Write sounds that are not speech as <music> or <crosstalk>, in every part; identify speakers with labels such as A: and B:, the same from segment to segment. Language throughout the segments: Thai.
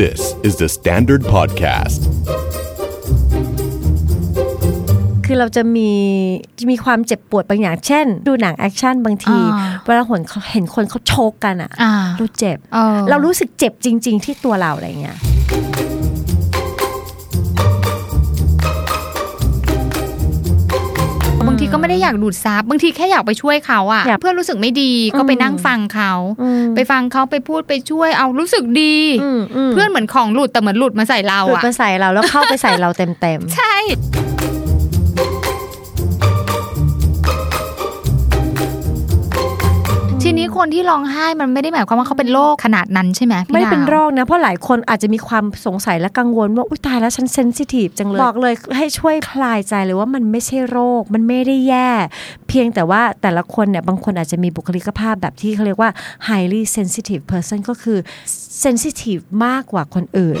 A: This is the Standard Podcast.
B: คือเราจะมีจะมีความเจ็บปวดบางอย่าง เช่น ดูหนังแอคชั่นบางที
C: อ่า
B: เวลาคนเขาเห็นคนเขาโชกกันอะ
C: อ่า
B: เราเจ็บ
C: เออ
B: เรารู้สึกเจ็บจริง ๆ ที่ตัวเราอะไรเงี้ย
C: บางทีก็ไม่ได้อยากดูดซับบางทีแค่อยากไปช่วยเขาอะ
B: อยาก
C: เพื่อนรู้สึกไม่ดีก็ไปนั่งฟังเขา
B: อืม
C: ไปฟังเขาไปพูดไปช่วยเอารู้สึกดี
B: มม
C: เพื่อนเหมือนของหลุดแต่เหมือนหลุดมาใส่เรา
B: หลุด
C: อะ
B: มาใส่เราแล้วเข้าไปใส่เราเต็ม
C: ใช่ ทีนี้คนที่ร้องไห้มันไม่ได้หมายความว่าเขาเป็นโรคขนาดนั้นใช่ไหม
B: ๆ
C: พี่
B: ไม่ได้เป็น
C: ดาว
B: โรคนะ เพราะหลายคนอาจจะมีความสงสัยและกังวลว่าอุ้ยตายแล้วฉันเซนซิทีฟจังเลย บอกเลยให้ช่วยคลายใจเลยว่ามันไม่ใช่โรค มันไม่ได้แย่ เพียงแต่ว่าแต่ละคนเนี่ยบางคนอาจจะมีบุคลิกภาพแบบที่เขาเรียกว่า highly sensitive person ก็คือ sensitive มากกว่าคนอื่น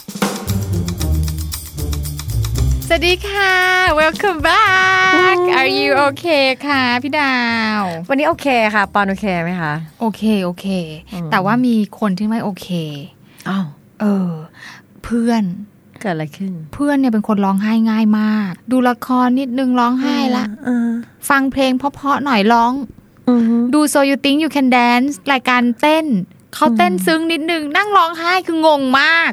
C: สวัสดีค่ะ Welcome back Are You Okay ค่ะ พี่ดาว
B: วันนี้โอเคค่ะ ปอนโอเคไหมคะ
C: โอเค โอเค แต่ว่ามีคนที่ไม่โอเค
B: อ้าว
C: เออ เพื่อน
B: เกิดอะไรขึ้น
C: เพื่อนเนี่ยเป็นคนร้องไห้ง่ายมาก ดูละครนิดนึงร้องไห้ละ
B: เออ
C: ฟังเพลงเพราะๆหน่อยร้อง
B: อือฮึ
C: ดู so you think you can dance รายการเต้น เขาเต้นซึ้งนิดนึง นั่งร้องไห้คืองงมาก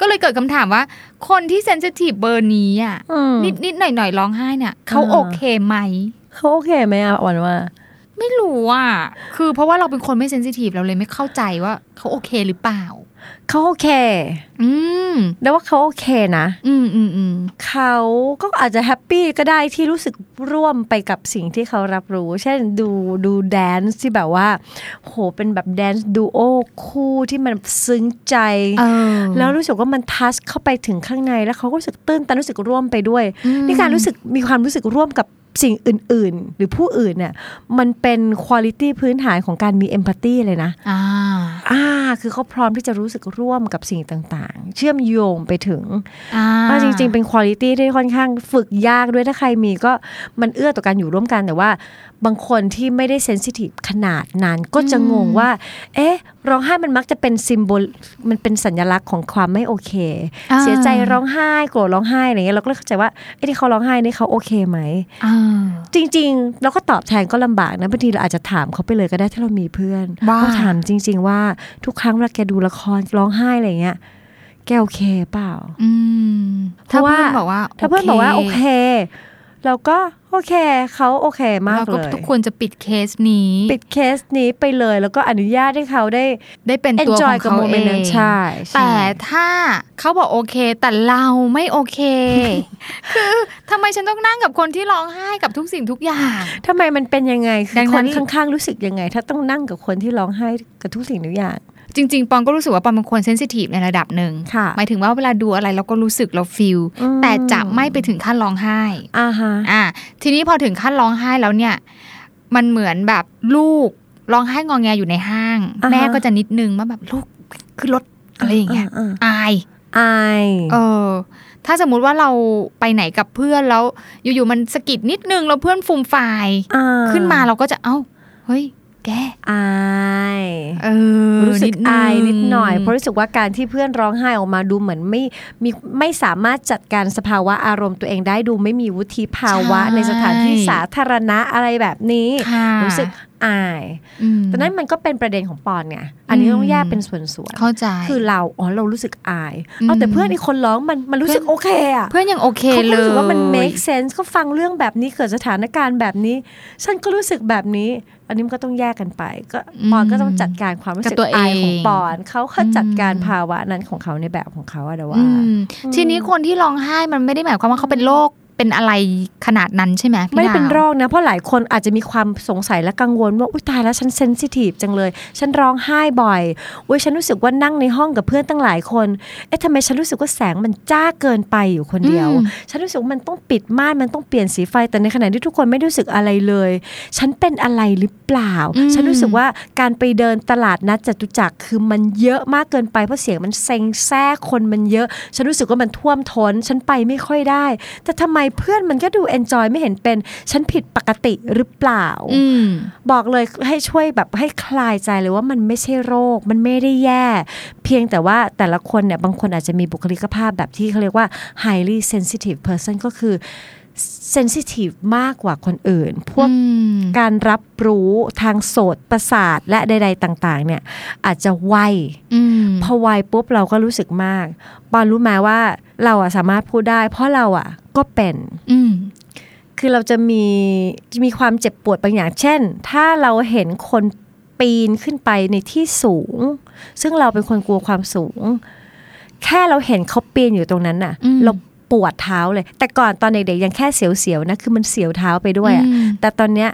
C: ก็เลยเกิดคำถามว่า คนที่เซนซิทีฟเบอร์นี้อ่ะ
B: อืม
C: นิดนิดหน่อยหน่อยๆร้องไห้เนี่ยเขา
B: อ่า
C: โอเคไหม
B: เขาโอเคไหมอ่ะวันว่า
C: ไม่รู้อ่ะ คือเพราะว่าเราเป็นคนไม่เซนซิทีฟเราเลยไม่เข้าใจว่าเขาโอเคหรือเปล่า
B: เขาโอเค
C: อืม
B: แล้วว่าเขาโอเคนะ
C: อืมอืมอืม
B: เขาก็อาจจะแฮปปี้ก็ได้ที่รู้สึกร่วมไปกับสิ่งที่เขารับรู้ เช่นดูดูแดนซ์ที่แบบว่า โหเป็นแบบแดนซ์ดูโอคู่ที่มันซึ้งใจ
C: เออ
B: แล้วรู้สึกว่ามันทัชเข้าไปถึงข้างในแล้วเขาก็รู้สึกตื้นตันรู้สึกร่วมไปด้วย
C: อืม
B: นี่การรู้สึกมีความรู้สึกร่วมกับสิ่งอื่น ๆ หรือผู้อื่นเนี่ยมันเป็นคุณลิตี้พื้นฐานของการมีเอมพัตตีเลยนะ
C: อ่า
B: อ่าคือเขาพร้อมที่จะรู้สึกร่วมกับสิ่งต่างๆ เชื่อมโยงไปถึง
C: อ่า
B: อ่าจริง ๆ เป็นคุณลิตี้ที่ค่อนข้างฝึกยากด้วยถ้าใครมีก็มันเอื้อต่อการอยู่ร่วมกันแต่ว่า บางคนที่ไม่ได้เซนซิทีฟขนาดนั้นก็จะงงว่า เอ๊ะร้องไห้มันมักจะเป็นซิมโบลมันเป็นสัญลักษณ์ของความไม่โอเค
C: า
B: เสียใจร้องไห้โกรธร้องไห้อะไรเงี้ยเราก็เลยเข้าใจว่าไอ้ที่เขาร้องไห้นี่เขาโอเคไหม
C: อ่า
B: จริง ๆ เราก็ตอบแทนก็ลำบากนะบางทีเราอาจจะถามเขาไปเลยก็ได้ถ้าเรามีเพื่อน
C: ว่า
B: เราถามจริง ๆ ว่าทุกครั้งเวลาแกดูละครร้องไห้อะไรเงี้ยแกโอเคเปล่า
C: อืม ถ้า
B: เพราะว่า
C: เพื่อนบอกว่า
B: ถ้าเพื่อนบอกว่าโอเค เราก็โอเคเขาโอเคมาก
C: เรา
B: เล
C: ก็
B: ย
C: ทุกควรจะปิดเคสนี้
B: ปิดเคสนี้ไปเลย แล้วก็อนุญาตให้เขาได้
C: ได้เป็นตัวข
B: enjoy
C: อง
B: กับ
C: เขา
B: โมเม
C: เอน
B: ต์นั้น
C: ง
B: ใช่ใช่
C: แต่ถ้าเขาบอกโอเค แต่เราไม่โอเค <laughs> คือทำไมฉันต้องนั่งกับคนที่ร้องไห้กับทุกสิ่งทุกอย่าง
B: ทำไมมันเป็นยังไง
C: ดัง
B: ค
C: นั้น น
B: ข้างๆรู้สึกยังไง ถ้าต้องนั่งกับคนที่ร้องไห้กับทุกสิ่งทุกอย่าง
C: จริง ๆ ปองก็รู้สึกว่าปองเป็นคนเซนซิทีฟในระดับหนึ่ง
B: ค่ะ
C: หมายถึงว่าเวลาดูอะไรเราก็รู้สึกเราฟีล
B: อืม
C: แต่จะไม่ไปถึงขั้นร้องไห้
B: อ่าฮะ
C: อ่ะทีนี้พอถึงขั้นร้องไห้แล้วเนี่ย มันเหมือนแบบลูกร้องไห้งองแงอยู่ในห้าง แม่ก็จะนิดนึงว่าแบบลูกขึ้นรถอะไรอย่างเงี้ย
B: า
C: อาย
B: ๆอาย
C: เออ ถ้าสมมุติว่าเราไปไหนกับเพื่อนแล้ว อยู่ๆมันสะกิดนิดนึงแล้วเพื่อนฟูมไฟาย
B: า
C: ขึ้นมาเราก็จะเอ้า เฮ้ย แก
B: อาย
C: เออ
B: รู้สึก
C: นิดนึง
B: อายนิดหน่อย เพราะรู้สึกว่าการที่เพื่อนร้องไห้ออกมาดูเหมือนไม่มีไม่สามารถจัดการสภาวะอารมณ์ตัวเองได้ดูไม่มีวุฒิภาวะในสถานที่สาธารณะอะไรแบบนี้
C: ค่ะ
B: รู้สึกอาย
C: อืม
B: แต่นั้นมันก็เป็นประเด็นของปอนไงอันนี้ต้องแยกเป็นส่วนๆ
C: เข้าใจ
B: คือเรา อ๋อ เรารู้สึกอาย
C: อืม
B: เอาแต่เพื่อนอีกคนร้องมัน มันรู้สึกโอเคอะ
C: เพื่อนยังโอเค
B: เขาก็
C: เลย
B: รู้สึกว่ามัน make sense ก็ฟังเรื่องแบบนี้เกิดสถานการณ์แบบนี้ ฉันก็รู้สึกแบบนี้ อันนี้มันก็ต้องแยกกันไป ก็
C: อืม
B: ปอนก็ต้องจัดการความรู้สึ
C: กั
B: ก
C: บตัวเอง
B: อายของปอน เขาก็จัดการ
C: อืม
B: ภาวะนั้นของเขาในแบบของเขาอะเดยวว่า
C: อืมทีนี้คนที่ร้องไห้มันไม่ได้หมายความว่าเขาเป็นโรค เป็นอะไรขนาดนั้นใช่ไหมพี่
B: ไม่ได้เป็น
C: ดาว
B: โรคนะ เพราะหลายคนอาจจะมีความสงสัยและกังวลว่า อุ้ยตายแล้วฉันเซนซิทีฟจังเลย ฉันร้องไห้บ่อยอุ้ยฉันรู้สึกว่านั่งในห้องกับเพื่อนตั้งหลายคน เอ๊ะทำไมฉันรู้สึกว่าแสงมันจ้าเกินไปอยู่คนเดียว
C: อืม
B: ฉันรู้สึกว่ามันต้องปิดม่านมันต้องเปลี่ยนสีไฟแต่ในขณะที่ทุกคนไม่ได้รู้สึกอะไรเลย ฉันเป็นอะไรหรือเปล่า
C: อืม
B: ฉันรู้สึกว่าการไปเดินตลาดนัดจตุจักรคือมันเยอะมากเกินไปเพราะเสียงมันเซ็งแซ่คนมันเยอะ ฉันรู้สึกว่ามันท่วมท้น ฉันไปไม่ค่อยได้ แต่ทำไมเพื่อนมันก็ดูเอนจอยไม่เห็นเป็น ฉันผิดปกติหรือเปล่า
C: อืม
B: บอกเลยให้ช่วยแบบให้คลายใจเลยว่ามันไม่ใช่โรค มันไม่ได้แย่ เพียงแต่ว่าแต่ละคนเนี่ยบางคนอาจจะมีบุคลิกภาพแบบที่เขาเรียกว่า highly sensitive person ก็คือ sensitive มากกว่าคนอื่น พวก
C: อืม
B: การรับรู้ทางโสตประสาทและใด ๆ ต่างๆ เนี่ยอาจจะไว
C: อืม
B: พอไวปุ๊บเราก็รู้สึกมากบอลรู้ไหมว่าเราอะสามารถพูดได้ เพราะเราอะก็เป็น
C: อืม
B: คือเราจะมีมีความเจ็บปวดบางอย่าง เช่น ถ้าเราเห็นคนปีนขึ้นไปในที่สูง ซึ่งเราเป็นคนกลัวความสูง แค่เราเห็นเขาปีนอยู่ตรงนั้นน่ะ
C: อืม
B: เราปวดเท้าเลย แต่ก่อนตอนเด็กๆยังแค่เสียวๆนะคือมันเสียวเท้าไปด้วยอะ
C: อืม
B: แต่ตอนเนี้ย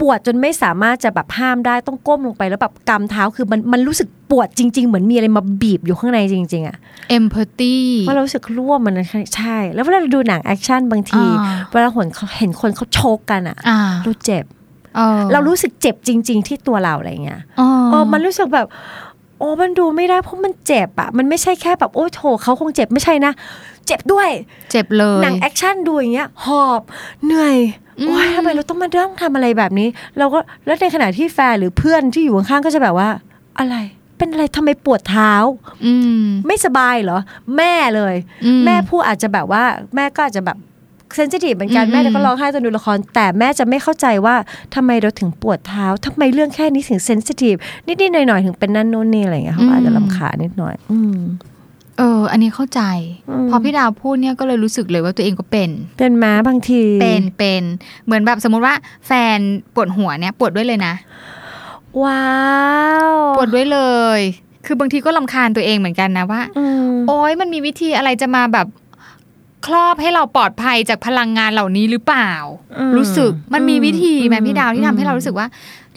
B: ปวดจนไม่สามารถจะแบบห้ามได้ต้องก้มลงไปแล้วแบบกำเท้าคือมันมันรู้สึกปวดจริง ๆ เหมือนมีอะไรมาบีบอยู่ข้างในจริง ๆอะ
C: empathy
B: เพราะเรารู้สึกร่วมมันใช่ แล้วเวลาเราดูหนังแอคชั่นบางที
C: อ่า
B: เวลาเห็นเขาเห็นคนเขาโชกกันอะ
C: อ่า
B: เราเจ็บ
C: ออ
B: เรารู้สึกเจ็บจริง ๆ ที่ตัวเราอะไรเงี้ย
C: อ๋อ
B: เออมันรู้สึกแบบ โอ้มันดูไม่ได้เพราะมันเจ็บอะมันไม่ใช่แค่แบบโอ้ยโถเขาคงเจ็บไม่ใช่นะเจ็บด้วย
C: เจ็บเลย
B: หนังแอคชั่นดูอย่างเงี้ยหอบเหนื่อย
C: อืม
B: โอ้ยทำไมเราต้องมาเริ่มทำอะไรแบบนี้ เราก็แล้วในขณะที่แฟนหรือเพื่อนที่อยู่ข้างๆก็จะแบบว่า อะไรเป็นอะไรทำไมปวดเท้า
C: อืม
B: ไม่สบายเหรอ แม่เลย
C: อื
B: แม่พูดอาจจะแบบว่า แม่ก็อาจจะแบบเซนซิทีฟเหมือนกัน
C: อืม
B: แม่ก็ร้องไห้ตอนดูละคร แต่แม่จะไม่เข้าใจว่าทำไมเราถึงปวดเท้าทำไมเรื่องแค่นี้ถึงเซนซิทีฟนิดๆหน่อยๆถึงเป็นนั่นนู่นนี่อะไรอย่างเงี้ยเขาก็อาจจะลำคาญนิดหน่อย อืม
C: เออ อันนี้เข้าใจ
B: อืม
C: พอพี่ดาวพูดเนี่ยก็เลยรู้สึกเลยว่าตัวเองก็เป็น
B: เป็นม้าบางที
C: เป็นเป็นเหมือนแบบสมมุติว่าแฟนปวดหัวเนี่ยปวดด้วยเลยนะ
B: ว้าว
C: ปวดด้วยเลย คือบางทีก็ลำคาญตัวเองเหมือนกันนะว่า
B: อืม
C: โอ้ยมันมีวิธีอะไรจะมาแบบครอบให้เราปลอดภัยจากพลังงานเหล่านี้หรือเปล่า
B: อืม
C: รู้สึกมันมีวิธีไหม
B: อืม
C: พี่ดาวที่ทำให้เรา
B: อืม
C: รู้สึกว่า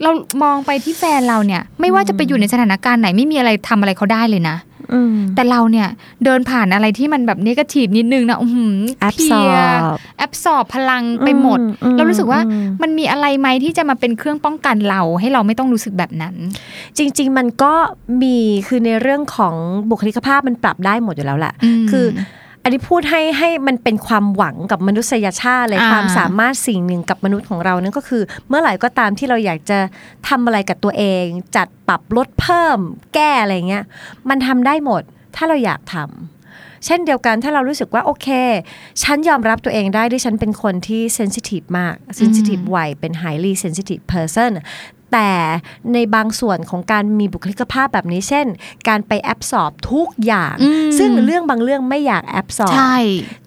C: เรามองไปที่แฟนเราเนี่ย ไม่ว่าจะไปอยู่ในสถานการณ์ไหนไม่มีอะไรทำอะไรเขาได้เลยนะ
B: อืม
C: แต่เราเนี่ยเดินผ่านอะไรที่มันแบบนกาทีฟนิดนึงนะอือหือเพลีย
B: Absorb
C: แอบสอบพลังไปหมด
B: อืม
C: เรารู้สึกว่า
B: อืม
C: มันมีอะไรไหมที่จะมาเป็นเครื่องป้องกันเราให้เราไม่ต้องรู้สึกแบบนั้น
B: จริง ๆ มันก็มีคือในเรื่องของบุคลิกภาพมันปรับได้หมดอยู่แล้วแหละ
C: อืม
B: คืออันนี้พูดให้ให้มันเป็นความหวังกับมนุษยชาติเลย
C: อ่า
B: ความสามารถสิ่งหนึ่งกับมนุษย์ของเรานั่นก็คือ เมื่อไหร่ก็ตามที่เราอยากจะทำอะไรกับตัวเอง จัดปรับลดเพิ่ม แก้อะไรเงี้ยมันทำได้หมดถ้าเราอยากทำเช่นเดียวกันถ้าเรารู้สึกว่าโอเค ฉันยอมรับตัวเองได้ที่ฉันเป็นคนที่เซนซิทีฟมากเซนซิทีฟไวเป็น highly sensitive person แต่ในบางส่วนของการมีบุคลิกภาพแบบนี้ เช่น การไปแอบสอบทุกอย่าง
C: อืม
B: ซึ่งเรื่องบางเรื่องไม่อยากแอบสอบ
C: ใช่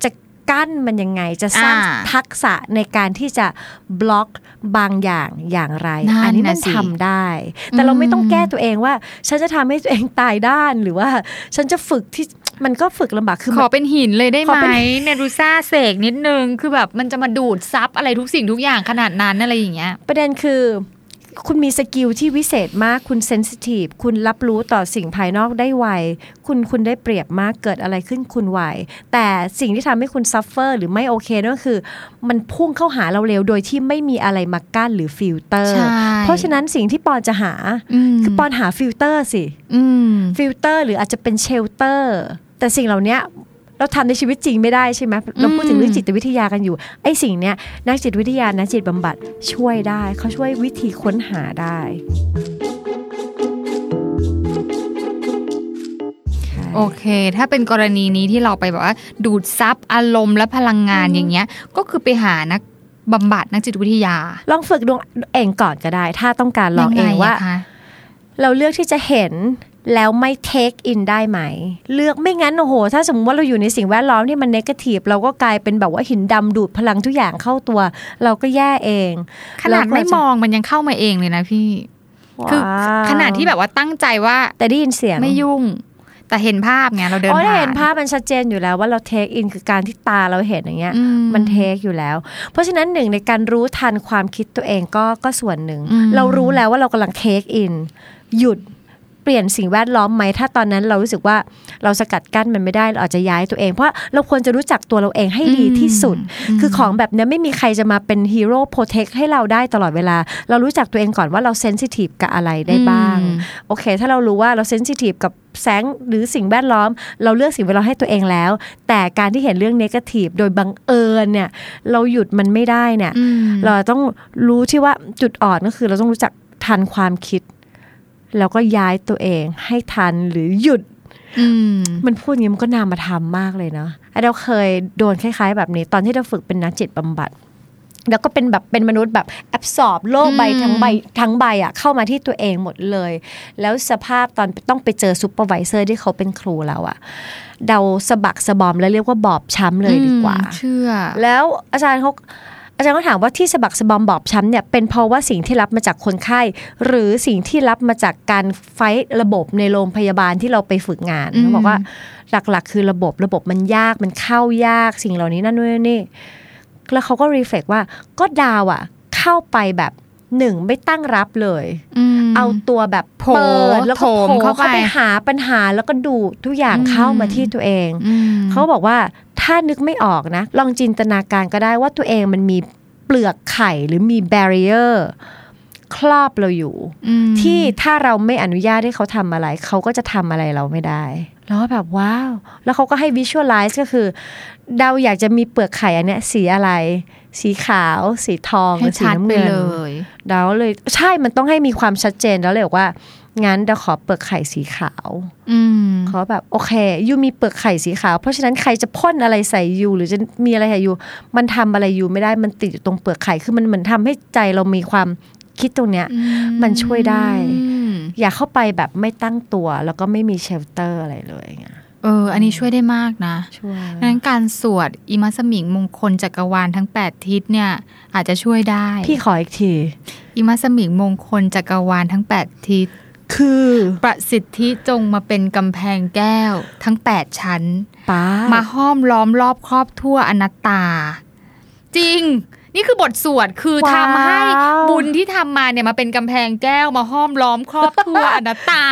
B: จะกั้นมันยังไงจะสร้าง
C: อ่า
B: ทักษะในการที่จะบล็อกบางอย่างอย่างไร
C: นั่น
B: อันี้
C: น่ะ
B: มัน
C: สิ
B: ทำได้ แต่เราไม่ต้องแก้ตัวเองว่า ฉันจะทำให้ตัวเองตายด้านหรือว่าฉันจะฝึกที่มันก็ฝึกลำบากคือ
C: ข
B: มั
C: อน เป็นหินเลยได้
B: ข
C: ไห
B: อ
C: ม
B: เป็น
C: เนรูซ่าเสกนิดนึง คือแบบมันจะมาดูดซับอะไรทุกสิ่งทุกอย่างขนาดนั้นอะไรอย่างเงี้ย
B: ประเด็นคือ คุณมีสกิลที่วิเศษมาก คุณเซนซิทีฟคุณรับรู้ต่อสิ่งภายนอกได้ไว คุณคุณได้เปรียบมากเกิดอะไรขึ้นคุณไว แต่สิ่งที่ทำให้คุณซัฟเฟอร์หรือไม่โอเคนั่นก็คือ มันพุ่งเข้าหาเราเร็วโดยที่ไม่มีอะไรมากั้นหรือฟิลเตอร์
C: ใช่
B: เพราะฉะนั้นสิ่งที่ปอนจะหา
C: ม
B: คือปอนหาฟิลเตอร์สิ
C: อืม
B: ฟิลเตอร์หรืออาจจะเป็นเชลเตอร์ แต่สิ่งเหล่าเนี้ยเราทำในชีวิตจริงไม่ได้ใช่ไหมเราพูดถึงเรื่องจิตวิทยากันอยู่ ไอ้สิ่งเนี้ยนักจิตวิทยานักจิตบำบัดช่วยได้ เขาช่วยวิธีค้นหาได้
C: โอเค ถ้าเป็นกรณีนี้ที่เราไปแบบว่า ดูดซับอารมณ์และพลังงานอย่างเงี้ย ก็คือไปหานักบำบัดนักจิตวิทยา
B: ลองฝึกดวงเองก่อนก็ได้ ถ้าต้องการลองเองว่า
C: ยัไะคะ
B: เราเลือกที่จะเห็นแล้วไม่ take in ได้ไหม เลือกไม่งั้น โอ้โห ถ้าสมมติว่าเราอยู่ในสิ่งแวดล้อมที่มันเนกาทีฟเราก็กลายเป็นแบบว่าหินดำดูดพลังทุกอย่างเข้าตัว เราก็แย่เอง
C: ขนาดไม่มองมันยังเข้ามาเองเลยนะพี่ คือ
B: ว้าว
C: ขนาดที่แบบว่าตั้งใจว่า
B: แต่ได้ยินเสียง
C: ไม่ยุ่ง แต่เห็นภาพไงเราเดิน
B: อ๋อได้
C: ผ่าน
B: เห็นภาพมันชัดเจนอยู่แล้วว่าเราเทคอินคือการที่ตาเราเห็นอย่างเงี้ย
C: อื
B: มันเทคอยู่แล้ว เพราะฉะนั้นหนึ่งในการรู้ทันความคิดตัวเองก็ก็ส่วนหนึ่ง
C: อืม
B: เรารู้แล้วว่าเรากำลังเทคอินหยุดเปลี่ยนสิ่งแวดล้อมไหม ถ้าตอนนั้นเรารู้สึกว่าเราสกัดกั้นมันไม่ได้เราอาจจะย้ายตัวเอง เพราะเราควรจะรู้จักตัวเราเองให้ดีที่สุด
C: ม
B: คือของแบบเนี้ยไม่มีใครจะมาเป็นฮีโร่โปรเทคให้เราได้ตลอดเวลา เรารู้จักตัวเองก่อนว่าเราเซนซิทีฟกับอะไรได้บ้าง
C: อืม
B: โอเค ถ้าเรารู้ว่าเราเซนซิทีฟกับแสงหรือสิ่งแวดล้อม เราเลือกสิ่งแวดล้อมให้ตัวเองแล้ว แต่การที่เห็นเรื่องเนกาทีฟโดยบังเอิญเนี่ย เราหยุดมันไม่ได้เนี่ย
C: อืม
B: เราต้องรู้ที่ว่าจุดอ่อนก็คือเราต้องรู้จักทันความคิด แล้วก็ย้ายตัวเองให้ทันหรือหยุด
C: อืม
B: มันพูดอย่างนี้มันก็นามาทำมากเลยเนาะไอ้เราเคยโดนคล้ายๆ แบบนี้ ตอนที่เราฝึกเป็นนักจิตบำบัด แล้วก็เป็นแบบเป็นมนุษย์แบบแอบสอบโลกใบ
C: อืม
B: ทั้งใบทั้งใบอะเข้ามาที่ตัวเองหมดเลย แล้วสภาพตอนต้องไปเจอซูเปอร์ไวิเซอร์ที่เขาเป็นครูเราอะเดาสะบักสะบอมแล้วเรียกว่าบอบช้ำเลยดีกว่า
C: อืมเชื่อ
B: แล้วอาจารย์เขาอาจารย์ก็ถามว่าที่สะบักสะบอมบอบช้ำเนี่ยเป็นเพราะว่าสิ่งที่รับมาจากคนไข้ หรือสิ่งที่รับมาจากการไฟท์ระบบในโรงพยาบาลที่เราไปฝึกงาน
C: อืม
B: เขาบอกว่าหลักๆ คือระบบระบบมันยากมันเข้ายากสิ่งเหล่านี้นั่นนู่นนี่แล้วเขาก็รีเฟกว่าก็ดาวอะเข้าไปแบบหนึ่งไม่ตั้งรับเลย
C: ม
B: เอาตัวแบบ
C: โผล่
B: เปิดแล้วก็
C: โถม
B: โผล่เข้า
C: เข้าไป
B: ไปหาปัญหาแล้วก็ดูดทุกอย่างเข้ามา
C: อืม
B: ที่ตัวเอง
C: อืม
B: เขาบอกว่าถ้านึกไม่ออกนะ ลองจินตนาการก็ได้ว่าตัวเองมันมีเปลือกไข่หรือมีแบร r i เออร์ครอบเราอยู่
C: อืม
B: ที่ถ้าเราไม่อนุญาตให้เขาทำอะไร เขาก็จะทำอะไรเราไม่ได้ แล้วก็แบบว้าว แล้วเขาก็ให้วิชวลไลซ์ก็คือเดาอยากจะมีเปลือกไข่อันเนี้ยสีอะไร สีขาว สีทองห
C: ให้
B: รือสี
C: ชัด
B: น้ำ
C: ไป
B: เงิน
C: เลย
B: เดาเลยใช่มันต้องให้มีความชัดเจนแล้วเลยบอกว่างั้นเดาขอเปลือกไข่สีขาว
C: อืม
B: เขาแบบโอเคยูมีเปลือกไข่สีขาว เพราะฉะนั้นใครจะพ่นอะไรใส่ยูหรือจะมีอะไรใส่ยูมันทำอะไรยูไม่ได้มันติดอยู่ตรงเปลือกไข่คือมันเหมือนทำให้ใจเรามีความคิดตรงเนี้ย มันช่วยได้ อย่าเข้าไปแบบไม่ตั้งตัว แล้วก็ไม่มีเชลเตอร์อะไรเลยไง
C: เออ อันนี้ช่วยได้มากนะ
B: ช่วย
C: ดังนั้นการสวดอิมัสมิงมงคลจักรวาลทั้ง 8 ทิศเนี่ย อาจจะช่วยได้
B: พี่ขออีกที
C: อิมัสมิงมงคลจักรวาลทั้ง 8 ทิศ
B: คือ
C: ประสิทธิจงมาเป็นกำแพงแก้วทั้ง 8 ชั้น
B: ป้า
C: มาห้อมล้อมรอบครอบทั่วอนัตตา จริง นี่คือบทสวดคือทำให้บุญที่ทำมาเนี่ยมาเป็นกำแพงแก้วมาห้อมล้อมครอบทั่วอนัตตา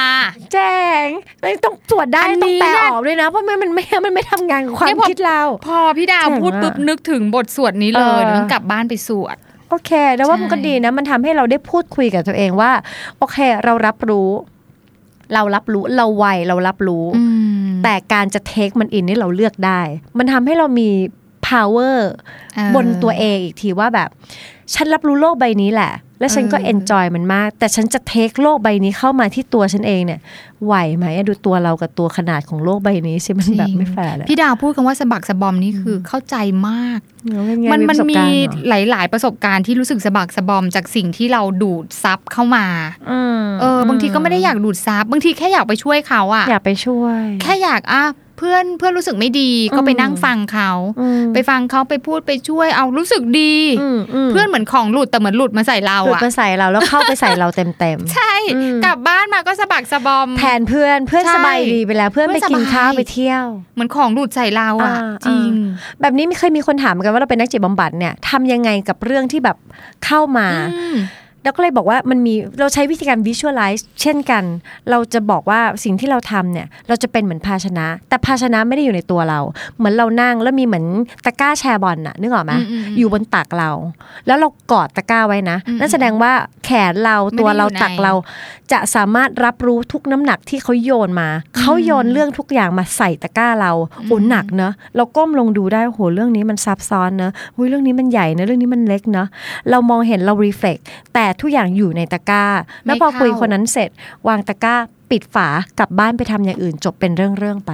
B: แจ้งเลยต้องตรวจได้
C: อัน
B: ต้อ
C: นี้
B: งแปล
C: น่ะ
B: ออกด้วยนะ เพราะมันมันไม่มันไม่ทำงานกับความ
C: เนี่ยพอ
B: คิดเรา
C: พอพี่ดาว
B: เจ๋งอะ
C: พูดปุ๊บนึกถึงบทสวดนี้เลย
B: เออ
C: เดี๋ยวต้องกลับบ้านไปสวด
B: โอเคแล้วว่ามันก็
C: ใช่
B: ดีนะ มันทำให้เราได้พูดคุยกับตัวเองว่า โอเค เรารับรู้ เรารับรู้ เราไวเรารับรู้ แต่การจะเทคมันอินนี่เราเลือกได้ มันทำให้เรามี power
C: เออ
B: บนตัวเองอีกทีว่าแบบ ฉันรับรู้โลกใบนี้แหละ และฉันก็
C: เออ
B: enjoy มันมาก แต่ฉันจะเทคโลกใบนี้เข้ามาที่ตัวฉันเองเนี่ย ไหวไหมอะดูตัวเรากับตัวขนาดของโลกใบนี้สิมันแบบ
C: จริง
B: ไม่แฟร์เลย
C: พี่ดาวพูดคำว่าสะบักสะบอมนี่คือเข้าใจมาก
B: เป็นไง
C: มัน
B: ป
C: มัน
B: ระสบ
C: มี
B: การณ์เหรอ
C: หลาย ๆ ประสบการณ์ที่รู้สึกสะบักสะบอมจากสิ่งที่เราดูดซับเข้ามา
B: อืม
C: เออบางทีก็ไม่ได้อยากดูดซับบางทีแค่อยากไปช่วยเขาอะ
B: อยากไปช่วย
C: แค่อยากอ่ะเพื่อนเพื่อนรู้สึกไม่ดีก็ไป
B: อืม
C: นั่งฟังเขา
B: อืม
C: ไปฟังเขาไปพูดไปช่วยเอารู้สึกดี
B: อืมม
C: เพื่อนเหมือนของหลุดแต่เหมือนหลุดมาใส่เรา
B: หลุด
C: อะ
B: มาใส่เราแล้วเข้าไปใส่เราเต็มเต็ม
C: ใช่
B: อืม
C: กลับบ้านมาก็สะบักสะบอม
B: ๆแทนเพื่อนเพื่อน
C: ใช่
B: สบายดีไปแล้วเพื่อน
C: เพื่
B: ไป
C: อนสบาย
B: กินข้าวไปเที่ยว
C: เหมือนของหลุดใส่เราอะ
B: อ่า
C: จริง
B: แบบนี้ไม่เคยมีคนถามเหมือนกันว่าเราเป็นนักจิตบำบัดเนี่ยทำยังไงกับเรื่องที่แบบเข้ามา
C: อืม
B: แล้วก็เลยบอกว่ามันมีเราใช้วิธีการ visualize เช่นกัน เราจะบอกว่าสิ่งที่เราทำเนี่ย เราจะเป็นเหมือนภาชนะ แต่ภาชนะไม่ได้อยู่ในตัวเรา เหมือนเรานั่งแล้วมีเหมือนตะกร้าแชร์บอลน่ะนึกออกไหม
C: อืมอืมอืม
B: อยู่บนตักเรา แล้วเรากอดตะกร้าไว้นะ
C: อืม
B: นั่นแสดงว่าแขนเรา
C: ไม่ได้
B: ตัวเรา
C: อยู่ใน
B: ตักเรา จะสามารถรับรู้ทุกน้ำหนักที่เขาโยนมาเขาโยนเรื่องทุกอย่างมาใส่ตะกร้าเราโอ้
C: อืม
B: หนักเนอะเราก้มลงดูได้โหเรื่องนี้มันซับซ้อนเนอะหุ้ยเรื่องนี้มันใหญ่เนอะเรื่องนี้มันเล็กเนอะ เรามองเห็นเรา reflect แต่ทุกอย่างอยู่ในตะกร้า แล้วพอ
C: ไม่เข้า
B: คุยคนนั้นเสร็จ วางตะกร้า ปิดฝากลับบ้านไปทำอย่างอื่น จบเป็นเรื่องๆไป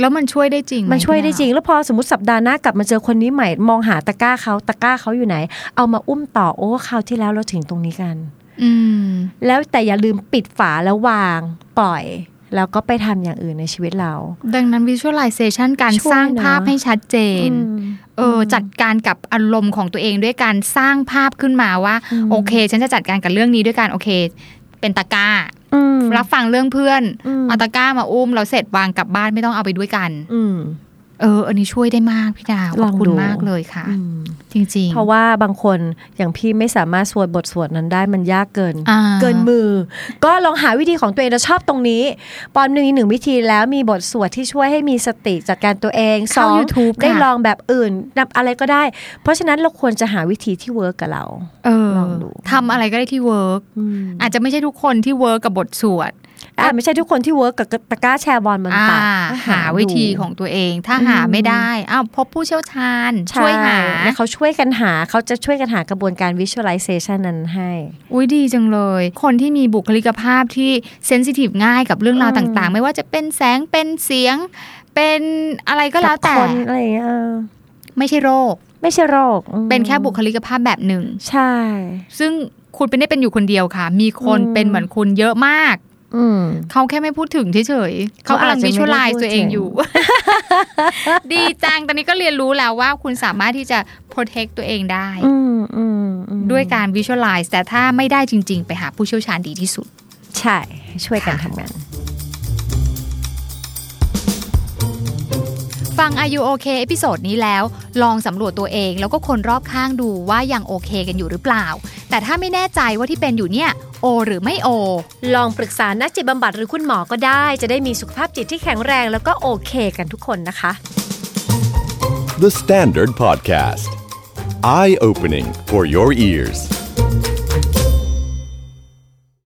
C: แล้วมันช่วยได้จริงห
B: มันช่วยได้จริ
C: พี่าง
B: แล้วพอสมมติสัปดาห์หน้ากลับมาเจอคนนี้ใหม่ มองหาตะกร้าเขาตะกร้าเขาอยู่ไหน เอามาอุ้มต่อโอ้คราวที่แล้วเราถึงตรงนี้กัน
C: อืม
B: แล้วแต่อย่าลืมปิดฝาแล้ววาง ปล่อย แล้วก็ไปทำอย่างอื่นในชีวิตเรา
C: ดังนั้น visualization การ
B: ช่วยนะ
C: สร้างภาพให้ชัดเจน
B: อืม
C: เออ จัดการกับอารมณ์ของตัวเองด้วยการสร้างภาพขึ้นมาว่า
B: อืม
C: โอเค ฉันจะจัดการกับเรื่องนี้ด้วยการโอเค เป็นตะกร้า
B: อืม
C: รับฟังเรื่องเพื่อน
B: อืม
C: เอาตะกร้ามาอุ้มเราเสร็จวางกลับบ้านไม่ต้องเอาไปด้วยกัน
B: อืม
C: เออ อันนี้ช่วยได้มากพี่ดาวข
B: ล
C: อ
B: อบ ง
C: คุ
B: ดู
C: ณมากเลยค่ะ
B: อืม
C: จริงๆ
B: เพราะว่าบางคนอย่างพี่ไม่สามารถสวดบทสวดนั้นได้มันยากเกิน
C: อ่า
B: เกินมือ ก็ลองหาวิธีของตัวเองเราชอบตรงนี้ ปอนมีหนึ่งวิธีแล้วมีบทสวดที่ช่วยให้มีสติจัดการตัวเองส
C: เข้า
B: อง
C: YouTube
B: ได้
C: ค่ะ
B: ลองแบบอื่นนับอะไรก็ได้ เพราะฉะนั้นเราควรจะหาวิธีที่เวิร์กกับเรา
C: เออ
B: ลองดู
C: ทำอะไรก็ได้ที่เวิร์กอาจจะไม่ใช่ทุกคนที่เวิร์กกับบทสวด
B: อ่ะไม่ใช่ทุกคนที่เวิร์กกับตะกร้าแชร์บอลมัน
C: อ่า
B: ตัด
C: หาวิธีของตัวเอง ถ้า
B: อืม
C: หาไม่ได้อ้าวพบผู้เชี่ยวชาญ ช่วยหา
B: แล้วเขาช่วยกันหาเขาจะช่วยกันหากระบวนการ visualization นั้นให้
C: อุ้ยดีจังเลย คนที่มีบุคลิกภาพที่เซนซิทีฟง่ายกับเรื่องราว
B: อืม
C: ต่างๆ ไม่ว่าจะเป็นแสงเป็นเสียง เป็นอะไรก็แล้วแต่
B: บคนอะไรอย่างเงี้ยเออ
C: ไม่ใช่โรค
B: ไม่ใช่โรคอืม
C: เป็นแค่บุคลิกภาพแบบหนึ่ง
B: ใช่
C: ซึ่งคุณเป็นได้เป็นอยู่คนเดียวค่ะ มีคน
B: อืม
C: เป็นเหมือนคุณเยอะมาก
B: อืม
C: เขาแค่ไม่พูดถึงเฉยๆ เขา
B: เขา
C: กำลัง
B: อาจจะ
C: วิชวลไล
B: ไม่ได้พู
C: ซ์
B: ด
C: ตัวเองอยู่ <laughs>
B: ถึ
C: ดีจัง ตอนนี้ก็เรียนรู้แล้วว่าคุณสามารถที่จะ protect ตัวเองได้
B: อืมอืมอืม
C: ด้วยการ visualize แต่ถ้าไม่ได้จริง ๆ ไปหาผู้เชี่ยวชาญดีที่สุด
B: ใช่ช่วยกันทำงาน
C: ฟัง Are You OK เอพิโซดนี้แล้ว ลองสำรวจตัวเอง แล้วก็คนรอบข้างดูว่ายังโอเคกันอยู่หรือเปล่า แต่ถ้าไม่แน่ใจว่าที่เป็นอยู่เนี่ยโอ หรือไม่โอ
B: ลองปรึกษานักจิตบำบัดหรือคุณหมอก็ได้ จะได้มีสุขภาพจิตที่แข็งแรงแล้วก็โอเคกันทุกคนนะคะ
A: The Standard Podcast. Eye opening for your ears.